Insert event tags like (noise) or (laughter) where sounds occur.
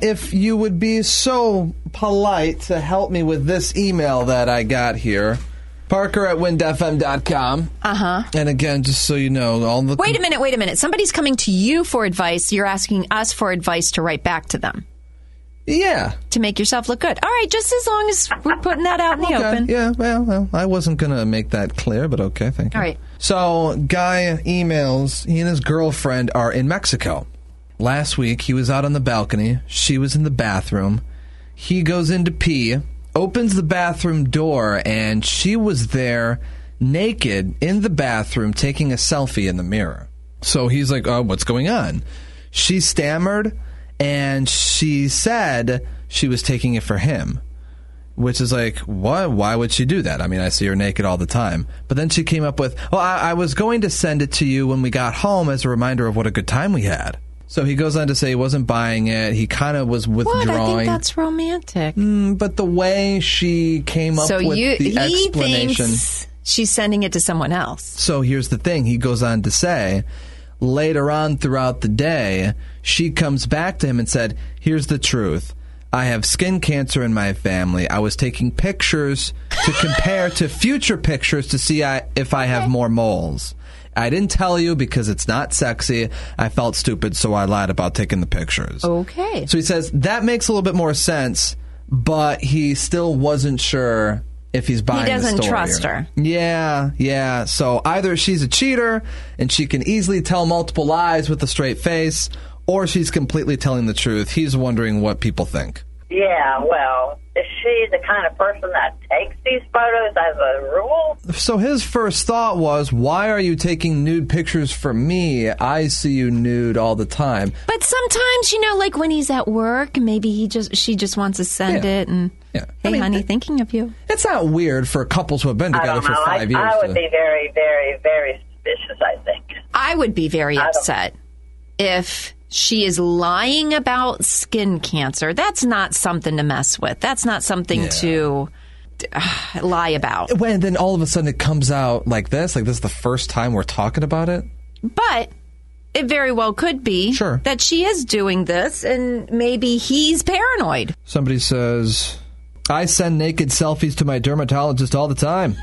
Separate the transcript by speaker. Speaker 1: if you would be so polite to help me with this email that I got here. Parker at windfm.com.
Speaker 2: Uh huh.
Speaker 1: And again, just so you know, all the.
Speaker 2: Wait a minute, wait a minute. Somebody's coming to you for advice. You're asking us for advice to write back to them
Speaker 1: Yeah.
Speaker 2: to make yourself look good. All right, just as long as we're putting that out in the
Speaker 1: Okay.
Speaker 2: open.
Speaker 1: Yeah, well, well, I wasn't going to make that clear, but okay, thank you.
Speaker 2: All right.
Speaker 1: So, Guy emails he and his girlfriend are in Mexico. Last week, he was out on the balcony. She was in the bathroom. He goes in to pee, opens the bathroom door, and she was there naked in the bathroom taking a selfie in the mirror. So he's like, Oh, what's going on? She stammered and she said she was taking it for him which is like, what? Why would she do that? I mean, I see her naked all the time. But then she came up with, well, I, I was going to send it to you when we got home as a reminder of what a good time we had. So he goes on to say he wasn't buying it. He kind of was
Speaker 2: What? I think
Speaker 1: withdrawing.
Speaker 2: that's romantic.
Speaker 1: but the way she came up
Speaker 2: so
Speaker 1: with
Speaker 2: you,
Speaker 1: the
Speaker 2: he
Speaker 1: explanation.
Speaker 2: thinks she's sending it to someone else.
Speaker 1: So here's the thing. He goes on to say, later on throughout the day, she comes back to him and said, Here's the truth. I have skin cancer in my family. I was taking pictures to compare to future pictures to see I, if I have more moles. I didn't tell you because it's not sexy. I felt stupid, so I lied about taking the pictures.
Speaker 2: Okay.
Speaker 1: So he says that makes a little bit more sense, but he still wasn't sure if he's buying. the
Speaker 2: doesn't
Speaker 1: story or-
Speaker 2: trust her.
Speaker 1: Yeah, yeah. So either she's a cheater and she can easily tell multiple lies with a straight face, or she's completely telling the truth. He's wondering what people think.
Speaker 3: Yeah, well, is she the kind of person that takes these photos as a rule?
Speaker 1: So his first thought was, "Why are you taking nude pictures for me? I see you nude all the time."
Speaker 2: But sometimes, you know, like when he's at work, maybe he just she just wants to send
Speaker 1: Yeah.
Speaker 2: it and
Speaker 1: Yeah.
Speaker 2: hey,
Speaker 1: I mean,
Speaker 2: honey,
Speaker 1: it-
Speaker 2: thinking of you.
Speaker 1: It's not weird for couples who have been
Speaker 3: I
Speaker 1: together
Speaker 3: don't
Speaker 1: for
Speaker 3: know. I,
Speaker 1: five years.
Speaker 3: I
Speaker 1: to-
Speaker 3: would be very, very, very suspicious, I think.
Speaker 2: I would be very
Speaker 3: don't-
Speaker 2: upset if she is lying about skin cancer. That's not something to mess with. That's not something
Speaker 1: Yeah.
Speaker 2: to uh, lie about.
Speaker 1: when then all of a sudden it comes out like this, like this is the first time we're talking about it.
Speaker 2: But it very well could be
Speaker 1: Sure.
Speaker 2: that she is doing this and maybe he's paranoid.
Speaker 1: Somebody (laughs) says, I send naked selfies to my dermatologist all the time.